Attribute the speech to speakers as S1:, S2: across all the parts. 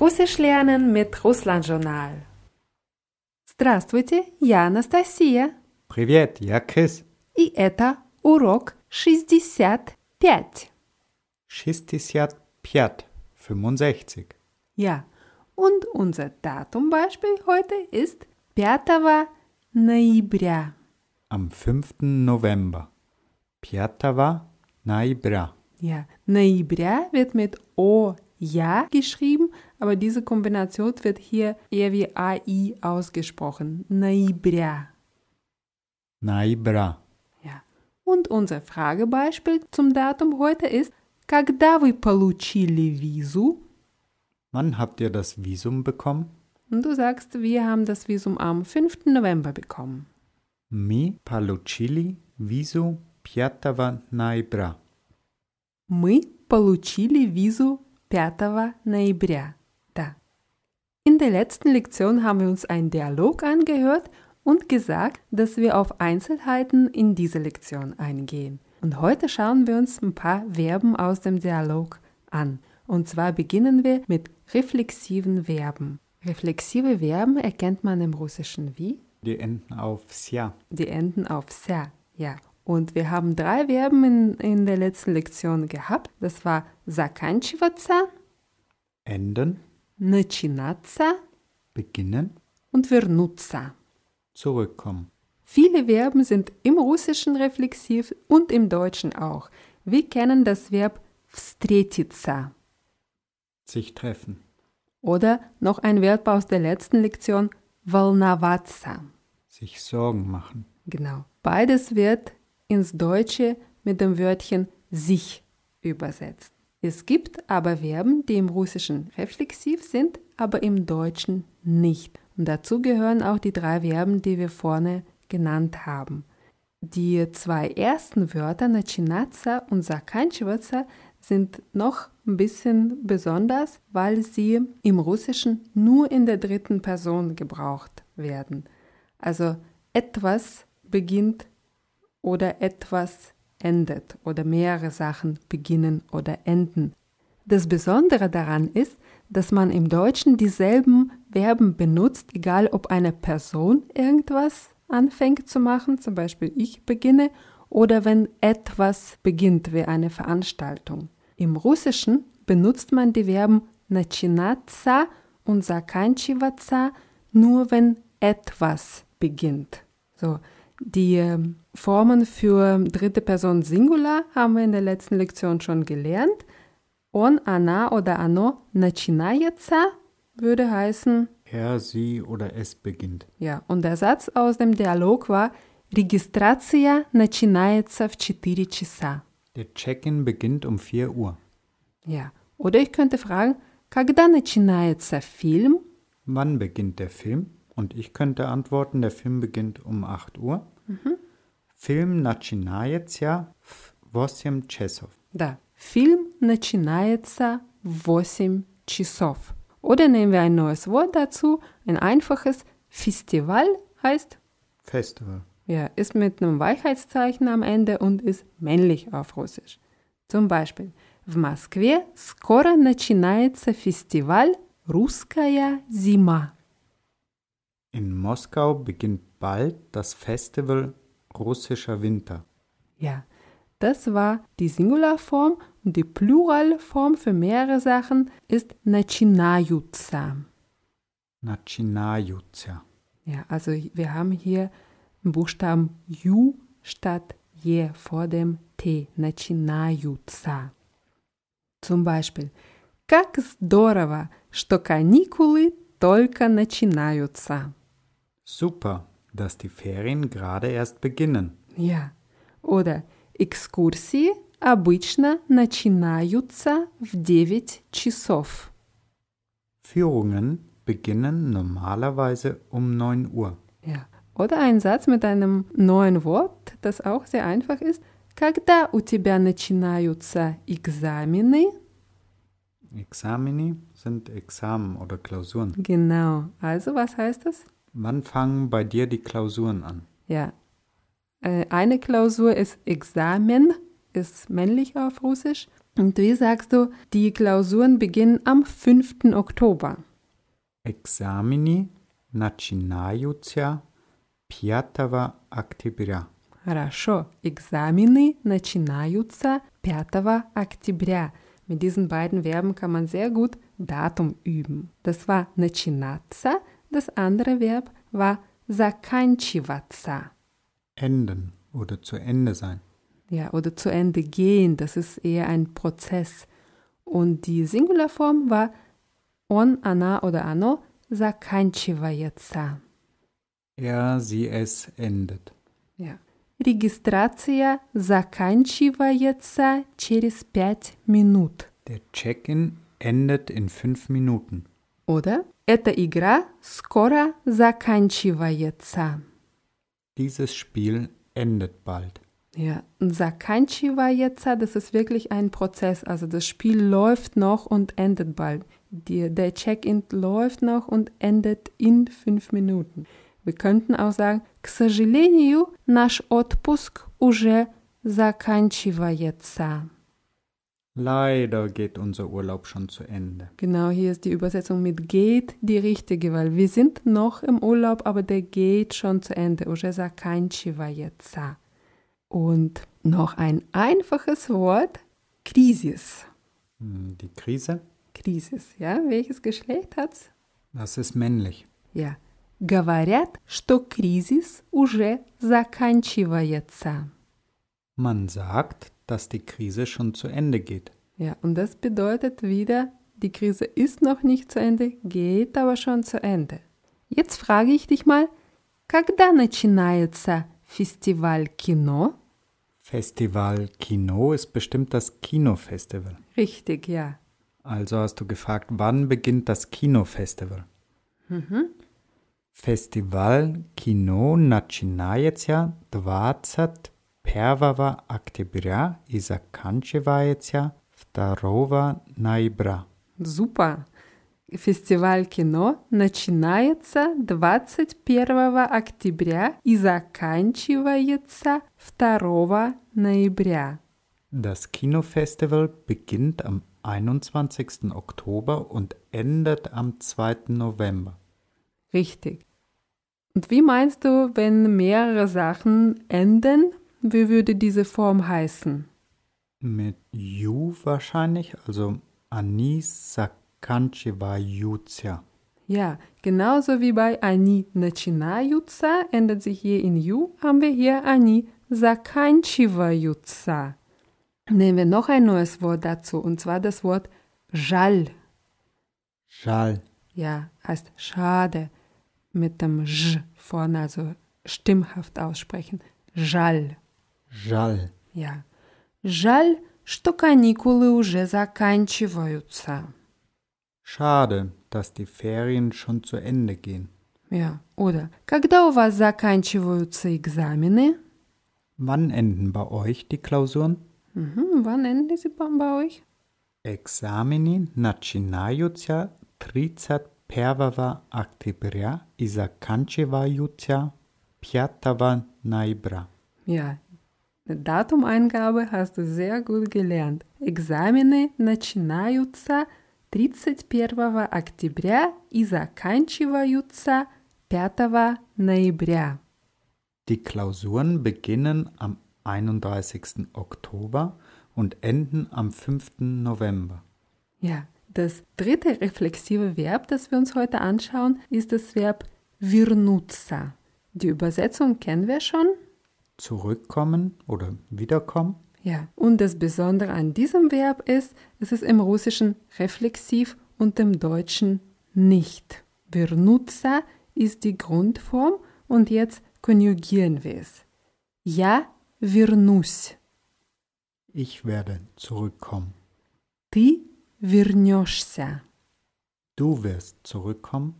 S1: Russisch lernen mit Russland Journal.
S2: Здравствуйте, я Анастасия,
S3: Привет, я Chris.
S2: и это урок 65.
S3: Schistisjat Pjat, 65.
S2: Ja, und unser Datumbeispiel heute ist 5. Ноября.
S3: Am 5. November. Pjatava Naibra.
S2: Ja, Ноября wird mit O ja geschrieben, aber diese Kombination wird hier eher wie AI ausgesprochen. Ноября.
S3: Naibra.
S2: Ja. Und unser Fragebeispiel zum Datum heute ist: Когда вы получили визу?
S3: Wann habt ihr das Visum bekommen?
S2: Und du sagst, wir haben das Visum am 5. November bekommen.
S3: Mi paluchili visu pjatava Naibra.
S2: Мы получили визу 5. Ноября. Да. In der letzten Lektion haben wir uns einen Dialog angehört und gesagt, dass wir auf Einzelheiten in dieser Lektion eingehen. Und heute schauen wir uns ein paar Verben aus dem Dialog an. Und zwar beginnen wir mit reflexiven Verben. Reflexive Verben erkennt man im Russischen wie?
S3: Die enden auf Sja.
S2: die enden auf ser, ja. Und wir haben drei Verben in, in der letzten Lektion gehabt. Das war заканчиваться,
S3: Enden,
S2: начинаться
S3: beginnen,
S2: und вернуться.
S3: zurückkommen.
S2: Viele Verben sind im Russischen reflexiv und im Deutschen auch. Wir kennen das Verb встретиться
S3: Sich treffen.
S2: oder noch ein Verb aus der letzten Lektion волноваться.
S3: Sich Sorgen machen.
S2: Genau. Beides wird ins Deutsche mit dem Wörtchen sich übersetzt. Es gibt aber Verben, die im Russischen reflexiv sind, aber im Deutschen nicht. Und dazu gehören auch die drei Verben, die wir vorne genannt haben. Die zwei ersten Wörter, начинаться und заканчиваться, sind noch ein bisschen besonders, weil sie im Russischen nur in der dritten Person gebraucht werden. Also etwas beginnt oder etwas endet oder mehrere Sachen beginnen oder enden. Das Besondere daran ist, dass man im Deutschen dieselben Verben benutzt, egal ob eine Person irgendwas anfängt zu machen, zum Beispiel ich beginne, oder wenn etwas beginnt wie eine Veranstaltung. Im Russischen benutzt man die Verben начинаться und заканчиваться nur wenn etwas beginnt. So, die ähm, Formen für dritte Person Singular haben wir in der letzten Lektion schon gelernt. Он, она oder оно начинается würde heißen,
S3: Er, sie oder es beginnt.
S2: ja, und der Satz aus dem Dialog war, Регистрация начинается в 4 часа.
S3: Der Check-in beginnt um 4 Uhr.
S2: Ja, oder ich könnte fragen, когда начинается фильм?
S3: Wann beginnt der Film? Und ich könnte antworten, der Film beginnt um 8 Uhr. Film начинается в 8 часов.
S2: Да, фильм начинается в 8 часов. Oder nehmen wir ein neues Wort dazu, ein einfaches Festival heißt,
S3: Festival.
S2: ja, ist mit einem Weichheitszeichen am Ende und ist männlich auf Russisch. Zum Beispiel, в Москве скоро начинается фестиваль «Русская зима».
S3: In Moskau beginnt bald das Festival Russischer Winter.
S2: Ja, das war die Singularform und die Pluralform für mehrere Sachen ist начинаются.
S3: Начинаются.
S2: Ja, also wir haben hier einen Buchstaben Ju statt Je vor dem T. Начинаются. Zum Beispiel, как здорово, что каникулы только начинаются.
S3: Super, dass die Ferien gerade erst beginnen.
S2: Ja. Oder экскурсии обычно начинаются в 9 часов.
S3: Führungen beginnen normalerweise um 9 Uhr.
S2: Ja. Oder ein Satz mit einem neuen Wort, das auch sehr einfach ist. Когда у тебя начинаются экзамены?
S3: Examini sind Examen oder Klausuren.
S2: Genau. Also, was heißt das?
S3: Wann fangen bei dir die Klausuren an?
S2: Ja. Äh, Eine Klausur ist Examen, ist männlich auf Russisch. Und wie sagst du, die Klausuren beginnen am 5. Oktober.
S3: Examini начинаются 5 октября.
S2: Хорошо. Examine начинаются 5. октября. Mit diesen beiden Verben kann man sehr gut Datum üben. Das war начинаться, das andere Verb war заканчиваться.
S3: Enden oder zu Ende sein.
S2: Ja, oder zu Ende gehen, das ist eher ein Prozess. Und die Singularform war он, она oder оно заканчивается.
S3: Er, sie, es endet.
S2: Ja. Регистрация заканчивается через 5 минут.
S3: Der Check-in endet in fünf Minuten.
S2: Oder? Эта игра скоро заканчивается.
S3: Dieses Spiel endet bald.
S2: Ja, und заканчивается, das ist wirklich ein Prozess. Also das Spiel läuft noch und endet bald. Die, der Check-in läuft noch und endet in fünf Minuten. Wir könnten auch sagen, к сожалению, наш отпуск уже заканчивается.
S3: Leider geht unser Urlaub schon zu Ende.
S2: Genau, hier ist die Übersetzung mit geht die richtige, weil wir sind noch im Urlaub, aber der geht schon zu Ende. Уже заканчивается. Und noch ein einfaches Wort, Krisis.
S3: Hm, Die Krise,
S2: Krisis, ja? Welches Geschlecht hat's?
S3: das ist männlich.
S2: Ja. Говорят, что кризис уже заканчивается.
S3: Man sagt, dass die Krise schon zu Ende geht.
S2: Ja, und das bedeutet wieder, die Krise ist noch nicht zu Ende, geht aber schon zu Ende. Jetzt frage ich dich mal, когда начинается фестиваль кино?
S3: Festival Kino ist bestimmt das Kinofestival.
S2: Richtig, ja.
S3: Also hast du gefragt, wann beginnt das Kinofestival? Festival Kino начинается 21 октября и заканчивается 2 ноября.
S2: Super. Фестиваль кино начинается 21 октября и заканчивается 2 ноября.
S3: Das Kinofestival beginnt am 21. Oktober und endet am 2. November.
S2: Richtig. Und wie meinst du, wenn mehrere Sachen enden, wie würde diese Form heißen?
S3: Mit Ju wahrscheinlich, also Anis Sakanchivayutsia.
S2: Ja, genauso wie bei они начинаются, ändert sich hier in you, haben wir hier они заканчиваются. Nehmen wir noch ein neues Wort dazu, und zwar das Wort жаль.
S3: Schal.
S2: Ja, heißt schade mit dem J vorne, also stimmhaft aussprechen. Жаль.
S3: Жал.
S2: Я. Жаль, что каникулы уже заканчиваются.
S3: Schade, dass die Ferien schon zu Ende gehen.
S2: Ja. Oder когда у вас заканчиваются экзамены?
S3: Wann enden bei euch die Klausuren?
S2: Mhm, wann enden sie bei- bei euch?
S3: Examini начинаются 31 октября и заканчиваются 5 ноября.
S2: Ja. Datumeingabe hast du sehr gut gelernt. Экзамены начинаются 31 октября и заканчиваются 5 ноября.
S3: Die Klausuren beginnen am 31. Oktober und enden am 5. November.
S2: Ja, das dritte reflexive Verb, das wir uns heute anschauen, ist das Verb вернуться. Die Übersetzung kennen wir schon.
S3: Zurückkommen oder wiederkommen?
S2: Ja, und das Besondere an diesem Verb ist, es ist im Russischen reflexiv und im Deutschen nicht. Вернуться ist die Grundform und jetzt konjugieren wir es. Я вернусь.
S3: Ich werde zurückkommen.
S2: Ты вернешься.
S3: Du wirst zurückkommen.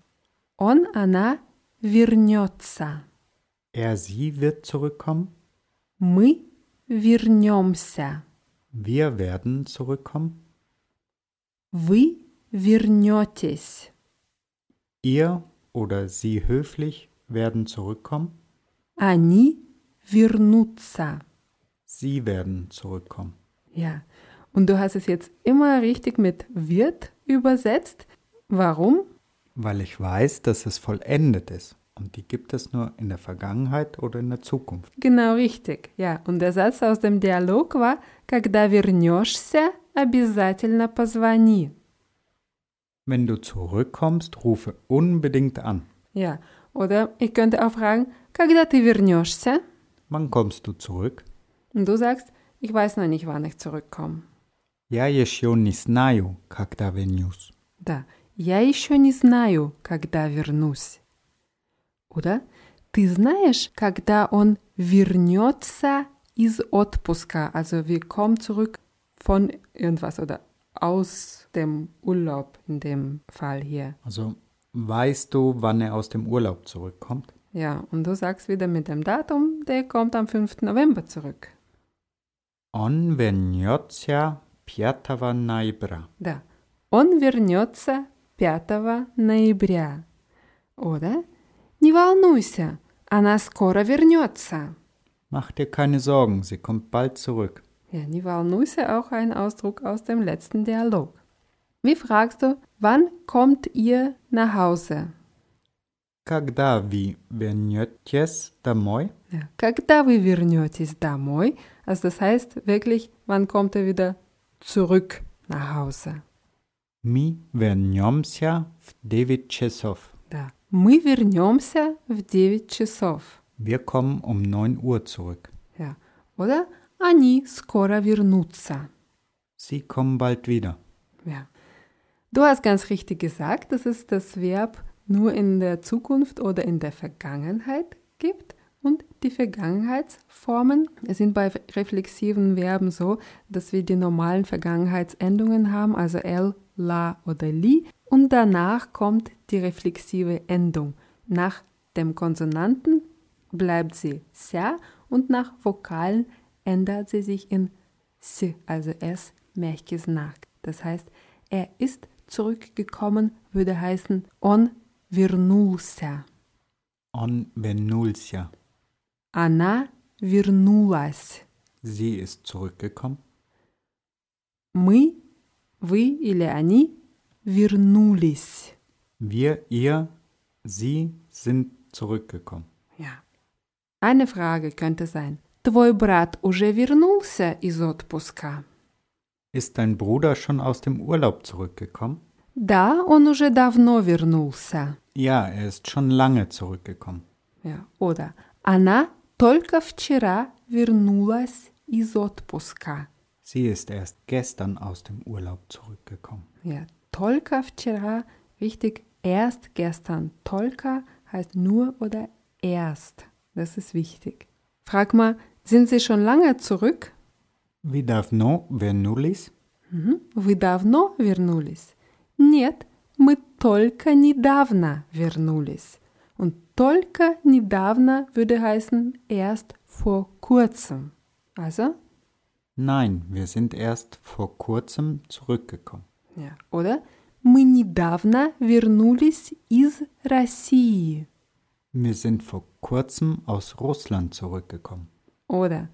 S2: Он, она вернется.
S3: Er, sie wird zurückkommen.
S2: Мы вернемся.
S3: Wir werden zurückkommen.
S2: Вы вернетесь.
S3: Ihr oder sie höflich werden zurückkommen.
S2: Они вернутся.
S3: Sie werden zurückkommen.
S2: Ja. Und du hast es jetzt immer richtig mit wird übersetzt. Warum?
S3: Weil ich weiß, dass es vollendet ist. Und die gibt es nur in der Vergangenheit oder in der Zukunft.
S2: Genau richtig. Ja, und der Satz aus dem Dialog war, когда вернешься, обязательно позвони.
S3: Wenn du zurückkommst, rufe unbedingt an.
S2: Ja, oder ich könnte auch fragen, когда ты вернешься?
S3: Wann kommst du zurück?
S2: Und du sagst, ich weiß noch nicht, wann ich zurückkomme.
S3: Я еще не знаю, когда вернусь.
S2: Да, я еще не знаю, когда вернусь. Oder? Ты знаешь, когда он вернется из отпуска? Also wir kommen zurück von irgendwas oder aus dem Urlaub in dem Fall hier.
S3: Also weißt du, wann er aus dem Urlaub zurückkommt?
S2: Ja, und du sagst wieder mit dem Datum, der kommt am 5. November zurück.
S3: Он вернется 5 ноября.
S2: Да. Он вернется 5 ноября. Oder? Не волнуйся, она скоро вернется.
S3: Mach dir keine Sorgen, sie kommt bald zurück.
S2: Ja, не волнуйся, auch ein Ausdruck aus dem letzten Dialog. Wie fragst du, wann kommt ihr nach Hause?
S3: Когда вы вернетесь домой?
S2: Ja. Когда вы вернетесь домой? Also das heißt wirklich, wann kommt ihr wieder zurück nach Hause?
S3: Мы вернемся в 9 часов.
S2: Да. Мы вернемся в 9 часов.
S3: Wir kommen um 9 Uhr zurück.
S2: Ja. Oder они скоро вернутся.
S3: Sie kommen bald wieder.
S2: Ja. Du hast ganz richtig gesagt, dass es das Verb nur in der Zukunft oder in der Vergangenheit gibt. Und die Vergangenheitsformen sind bei reflexiven Verben so, dass wir die normalen Vergangenheitsendungen haben, also l, la oder li. Und danach kommt die reflexive Endung. Nach dem Konsonanten bleibt sie ся und nach Vokalen ändert sie sich in s, also s märkis nach. Das heißt, er ist zurückgekommen würde heißen on вернулся.
S3: Он вернулся.
S2: Она вернулась.
S3: Sie ist zurückgekommen.
S2: Мы, вы или они вернулись.
S3: Wir, ihr, sie sind zurückgekommen.
S2: Ja. Eine Frage könnte sein. Твой брат уже вернулся из отпуска?
S3: Ist dein Bruder schon aus dem Urlaub zurückgekommen?
S2: Да, он уже давно вернулся.
S3: Ja, er ist schon lange zurückgekommen.
S2: Ja. Oder она только вчера вернулась из отпуска.
S3: Sie ist erst gestern aus dem Urlaub zurückgekommen.
S2: Ja, только вчера, wichtig, erst gestern. Только heißt nur oder erst. Das ist wichtig. Frag mal, sind Sie schon lange zurück?
S3: Wie davno вернулись?
S2: Мгм. Mhm. Вы давно вернулись? Нет, мы только недавно вернулись. Und только недавно würde heißen erst vor kurzem. Also,
S3: Nein, wir sind erst vor kurzem zurückgekommen.
S2: ja, oder? Мы недавно вернулись из России.
S3: Wir sind vor kurzem aus Russland zurückgekommen.
S2: Oder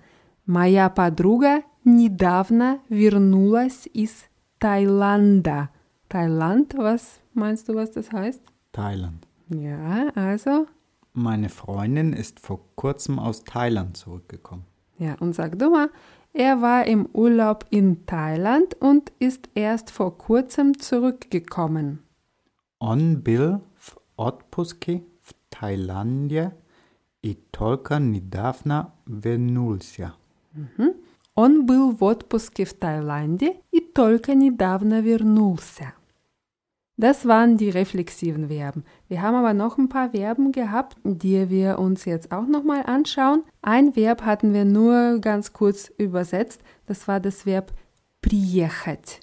S2: Моя подруга недавно вернулась из Таиланда. Таиланд, was meinst du, was das heißt?
S3: Thailand.
S2: Ja, also,
S3: Meine Freundin ist vor kurzem aus Thailand zurückgekommen.
S2: ja, und sag du mal, er war im Urlaub in Thailand und ist erst vor kurzem zurückgekommen.
S3: On bil v odpuski v Tajlandie i tolka nidavna vernulsja.
S2: Он был в отпуске в Таиланде и только недавno вернулся. Das waren die reflexiven Verben. Wir haben aber noch ein paar Verben gehabt, die wir uns jetzt auch nochmal anschauen. Ein Verb hatten wir nur ganz kurz übersetzt. Das war das Verb приехать.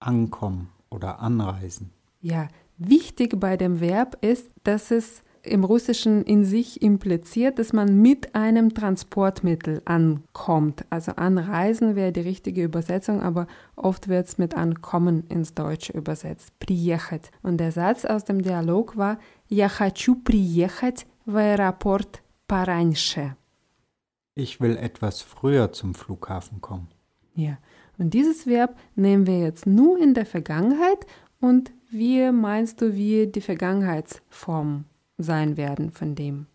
S3: Ankommen oder anreisen.
S2: Ja, wichtig bei dem Verb ist, dass es im Russischen in sich impliziert, dass man mit einem Transportmittel ankommt. Also anreisen wäre die richtige Übersetzung, aber oft wird es mit ankommen ins Deutsche übersetzt. Приехать. Und der Satz aus dem Dialog war, Я хочу приехать в аэропорт пораньше.
S3: Ich will etwas früher zum Flughafen kommen.
S2: Ja. Und dieses Verb nehmen wir jetzt nur in der Vergangenheit und wie meinst du, wie die Vergangenheitsformen sein werden von dem?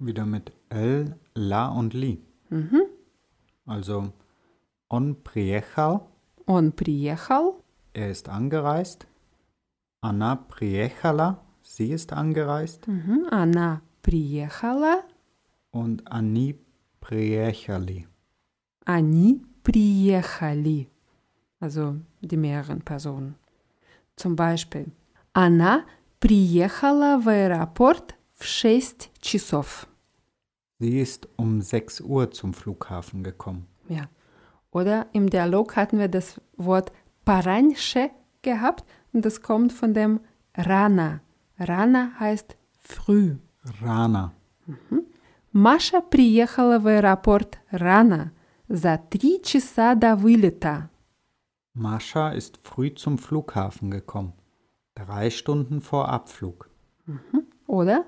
S3: Wieder mit L, La und Li.
S2: Mhm.
S3: Also on priechal,
S2: Он приехал,
S3: er ist angereist. Anna priechala, sie ist angereist.
S2: mhm, она приехала,
S3: Und Anni priechali.
S2: они приехали. Also die mehreren Personen. Zum Beispiel, она приехала в аэропорт в 6 часов.
S3: Sie ist um 6 Uhr zum Flughafen gekommen.
S2: Ja. Oder im Dialog hatten wir das Wort paranche gehabt und das kommt von dem rana. Rana heißt früh.
S3: Rana.
S2: Маша приехала в аэропорт рано, за три часа до вылета.
S3: Mascha ist früh zum Flughafen gekommen. Drei Stunden vor Abflug.
S2: Oder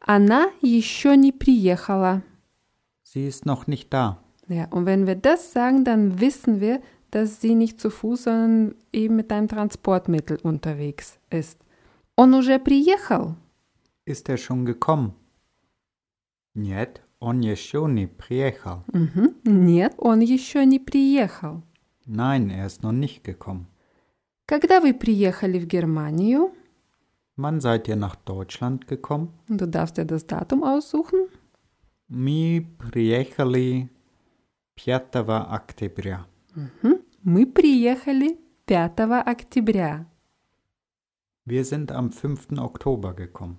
S2: она еще не приехала.
S3: Sie ist noch nicht da.
S2: Ja, und wenn wir das sagen, dann wissen wir, dass sie nicht zu Fuß, sondern eben mit einem Transportmittel unterwegs ist. Он уже приехал.
S3: Ist er schon gekommen? Нет, он еще не приехал.
S2: Мгм. Нет, он еще не приехал.
S3: Nein, er ist noch nicht gekommen.
S2: Когда вы приехали в Германию?
S3: Wann seid ihr nach Deutschland gekommen?
S2: Du darfst dir das Datum aussuchen.
S3: Mi приехали 5 октября.
S2: Мы приехали 5 октября.
S3: Wir sind am 5. Oktober gekommen.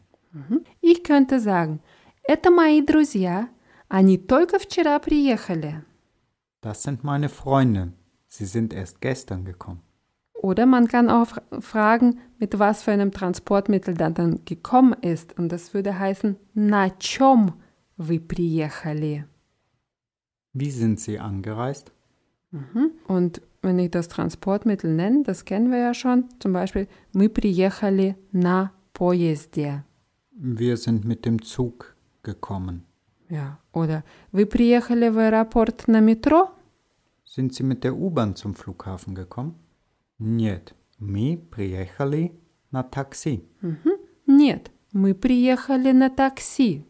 S2: Ich könnte sagen, это мои друзья. Они только вчера приехали.
S3: Das sind meine Freunde. Sie sind erst gestern gekommen.
S2: Oder man kann auch fra- fragen, mit was für einem Transportmittel dann, dann gekommen ist. Und das würde heißen, на чем вы приехали?
S3: Wie sind sie angereist?
S2: Mhm. Und wenn ich das Transportmittel nenne, das kennen wir ja schon, zum Beispiel, мы приехали на поезде.
S3: Wir sind mit dem Zug gekommen.
S2: Ja. Oder вы приехали в аэропорт на метро?
S3: Sind Sie mit der U-Bahn zum Flughafen gekommen? Нет. Мы приехали на такси.
S2: Нет, мы приехали на такси.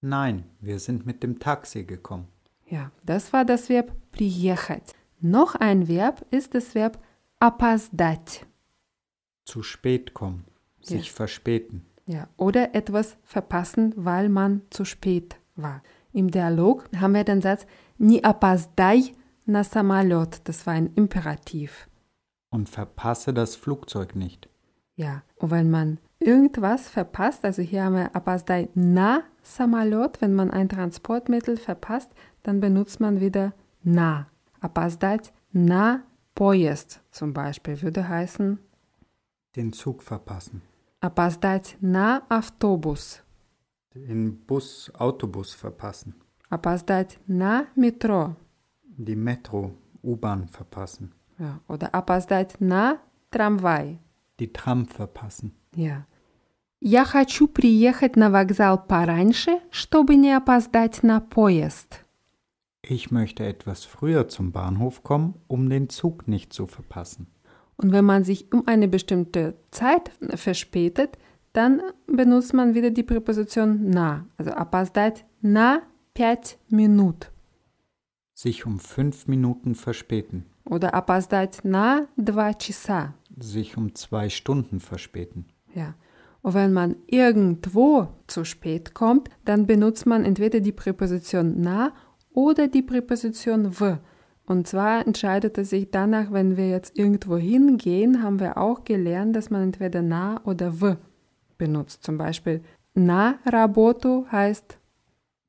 S3: Nein, wir sind mit dem Taxi gekommen.
S2: Ja, das war das Verb приехать. Noch ein Verb ist das Verb опоздать.
S3: Zu spät kommen. Sich verspäten.
S2: Ja, oder etwas verpassen, weil man zu spät war. Im Dialog haben wir den Satz не опоздай на самолет. Das war ein Imperativ.
S3: Und verpasse das Flugzeug nicht.
S2: Ja, und wenn man irgendwas verpasst, also hier haben wir опоздай на самолет, wenn man ein Transportmittel verpasst, dann benutzt man wieder на. Опоздать на поезд zum Beispiel würde heißen
S3: Den Zug verpassen.
S2: опоздать на автобус,
S3: Den Bus, Autobus verpassen.
S2: опоздать на метро.
S3: Die Metro, U-Bahn verpassen.
S2: Ja, oder Э, опоздать на трамвай.
S3: Die Tram verpassen.
S2: Ja. Я хочу приехать на вокзал пораньше, чтобы не опоздать на поезд.
S3: Ich möchte etwas früher zum Bahnhof kommen, um den Zug nicht zu verpassen.
S2: Und wenn man sich um eine bestimmte Zeit verspätet, dann benutzt man wieder die Präposition на. Also опоздать на 5 минут.
S3: Sich um fünf Minuten verspäten.
S2: Oder опоздать на 2 часа.
S3: sich um zwei Stunden verspäten.
S2: Ja. Und wenn man irgendwo zu spät kommt, dann benutzt man entweder die Präposition na oder die Präposition w. Und zwar entscheidet es sich danach, wenn wir jetzt irgendwo hingehen, haben wir auch gelernt, dass man entweder na oder w benutzt. Zum Beispiel na работу heißt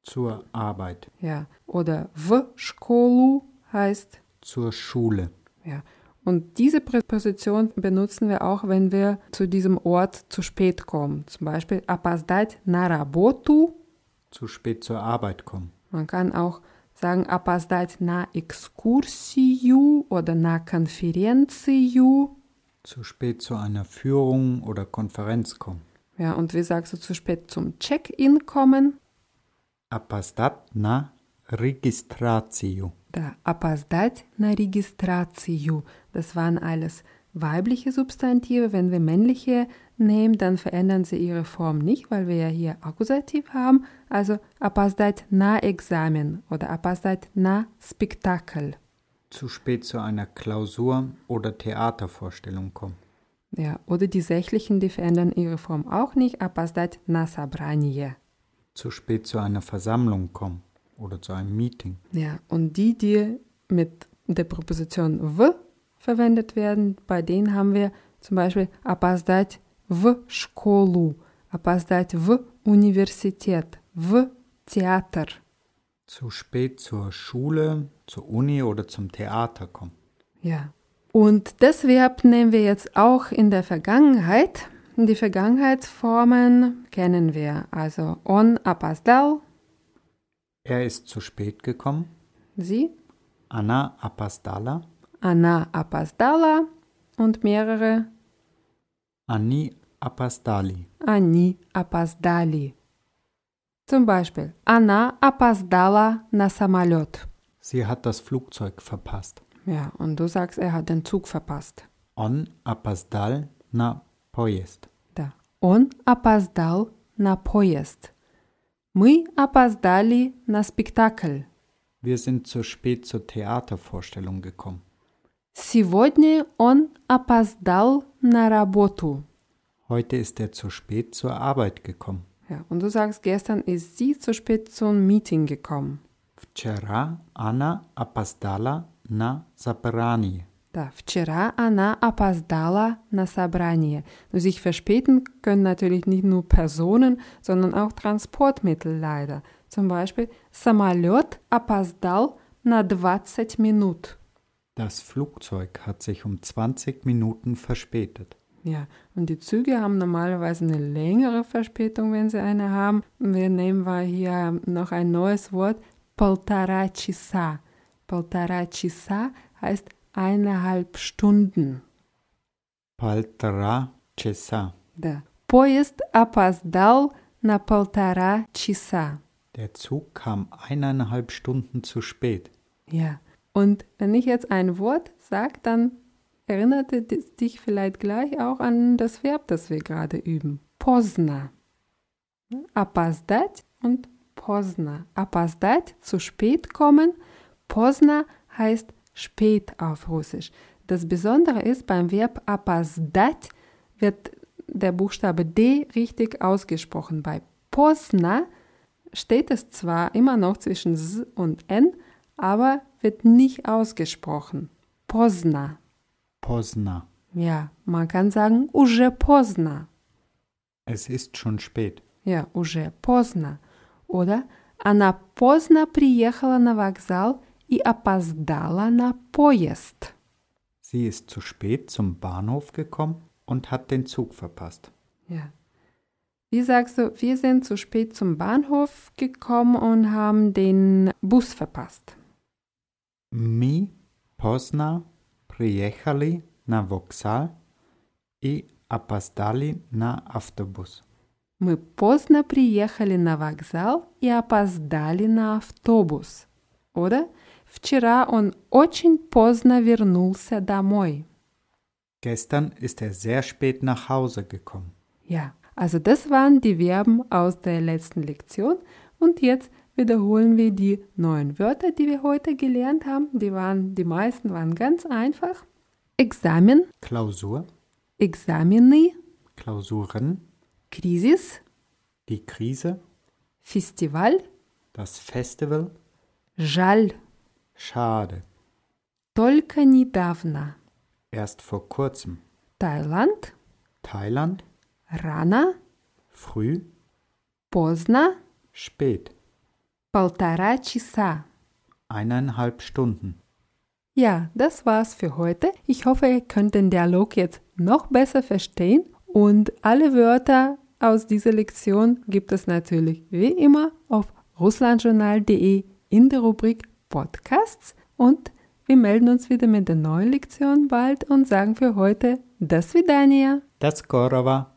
S3: Zur Arbeit,
S2: ja oder в школу heißt
S3: zur Schule,
S2: ja. Und diese Präposition benutzen wir auch, wenn wir zu diesem Ort zu spät kommen. Zum Beispiel опоздать на работу.
S3: zu spät zur Arbeit kommen,
S2: Man kann auch sagen опоздать на экскурсию oder на конференцию.
S3: zu spät zu einer Führung oder Konferenz kommen.
S2: Ja, und wie sagst du zu spät zum Check-in kommen?
S3: Apastat na registratio.
S2: Später опоздать на регистрацию. Das waren alles weibliche Substantive. Wenn wir männliche nehmen, dann verändern sie ihre Form nicht, weil wir ja hier Akkusativ haben. Also опоздать на Examen oder опоздать на Spektakel.
S3: Zu spät zu einer Klausur oder Theatervorstellung kommen.
S2: Ja, oder die Sächlichen, die verändern ihre Form auch nicht. Опоздать на собрание.
S3: Zu spät zu einer Versammlung kommen oder zu einem Meeting.
S2: Ja, und die, die mit der Präposition w verwendet werden, bei denen haben wir zum Beispiel опоздать в школу, опоздать в университет, в театр.
S3: Zu spät zur Schule, zur Uni oder zum Theater kommen.
S2: Ja. Und das Verb nehmen wir jetzt auch in der Vergangenheit. Die Vergangenheitsformen kennen wir. Also он опоздал,
S3: Er ist zu spät gekommen.
S2: sie,
S3: Anna Apastala.
S2: она опоздала und mehrere
S3: Anni Apastali.
S2: они опоздали. Zum Beispiel, она опоздала на самолет.
S3: Sie hat das Flugzeug verpasst.
S2: Ja, und du sagst, er hat den Zug verpasst.
S3: On Apastal na Poyest.
S2: Да. Он опоздал на поезд. Мы опоздали на спектакль.
S3: Wir sind zu spät zur Theatervorstellung gekommen.
S2: Сегодня он опоздал на работу.
S3: Heute ist er zu spät zur Arbeit gekommen.
S2: Ja, und du sagst, gestern ist sie zu spät zum Meeting gekommen.
S3: Вчера Anna Apastala na Sabrani.
S2: Да, вчера она опоздала на собрание. Но sich verspäten können natürlich nicht nur Personen, sondern auch Transportmittel leider. Zum Beispiel, самолет опоздал на 20 минут.
S3: Das Flugzeug hat sich um 20 Minuten verspätet.
S2: Ja, und die Züge haben normalerweise eine längere Verspätung, wenn sie eine haben. Wir nehmen wir hier noch ein neues Wort, полтора часа. Полтора часа heißt eineinhalb Stunden.
S3: Paltra Cesa.
S2: Да. Поезд опоздал на полтора часа.
S3: Der Zug kam eineinhalb Stunden zu spät.
S2: Ja. Und wenn ich jetzt ein Wort sage, dann erinnert es dich vielleicht gleich auch an das Verb, das wir gerade üben. Поздно. Опоздать und поздно. Опоздать, zu spät kommen. Поздно heißt spät auf Russisch. Das Besondere ist, beim Verb опоздать wird der Buchstabe D richtig ausgesprochen. Bei поздно steht es zwar immer noch zwischen S und N, aber wird nicht ausgesprochen. Pozna.
S3: Posna.
S2: Ja, man kann sagen уже поздно.
S3: Es ist schon spät.
S2: Ja, уже поздно. Oder она поздно приехала на вокзал и опоздала на поезд.
S3: Sie ist zu spät zum Bahnhof gekommen und hat den Zug verpasst.
S2: Ja. Wie sagst du, wir sind zu spät zum Bahnhof gekommen und haben den Bus verpasst.
S3: Mi Posna prijechali na voksal i apastali na autobus.
S2: Мы поздно приехали на вокзал и опоздали на автобус. Oder? Вчера он очень поздно вернулся домой.
S3: Gestern ist er sehr spät nach Hause gekommen.
S2: Ja, also А das waren die Verben aus der letzten Lektion. Und jetzt wiederholen wir die neuen Wörter, die wir heute gelernt haben. Die waren, die meisten waren ganz einfach. Examen,
S3: Klausur,
S2: Examine,
S3: Klausuren,
S2: Krisis,
S3: die Krise,
S2: Festival,
S3: das Festival,
S2: Жаль,
S3: schade,
S2: только недавно,
S3: erst vor kurzem,
S2: Таиланд,
S3: Thailand,
S2: Рано,
S3: früh,
S2: поздно,
S3: spät,
S2: полтора часа.
S3: eineinhalb Stunden.
S2: Ja, das war's für heute. Ich hoffe, ihr könnt den Dialog jetzt noch besser verstehen und alle Wörter aus dieser Lektion gibt es natürlich wie immer auf russlandjournal.de in der Rubrik Podcasts und wir melden uns wieder mit der neuen Lektion bald und sagen für heute das Vidania.
S3: Das Gorova.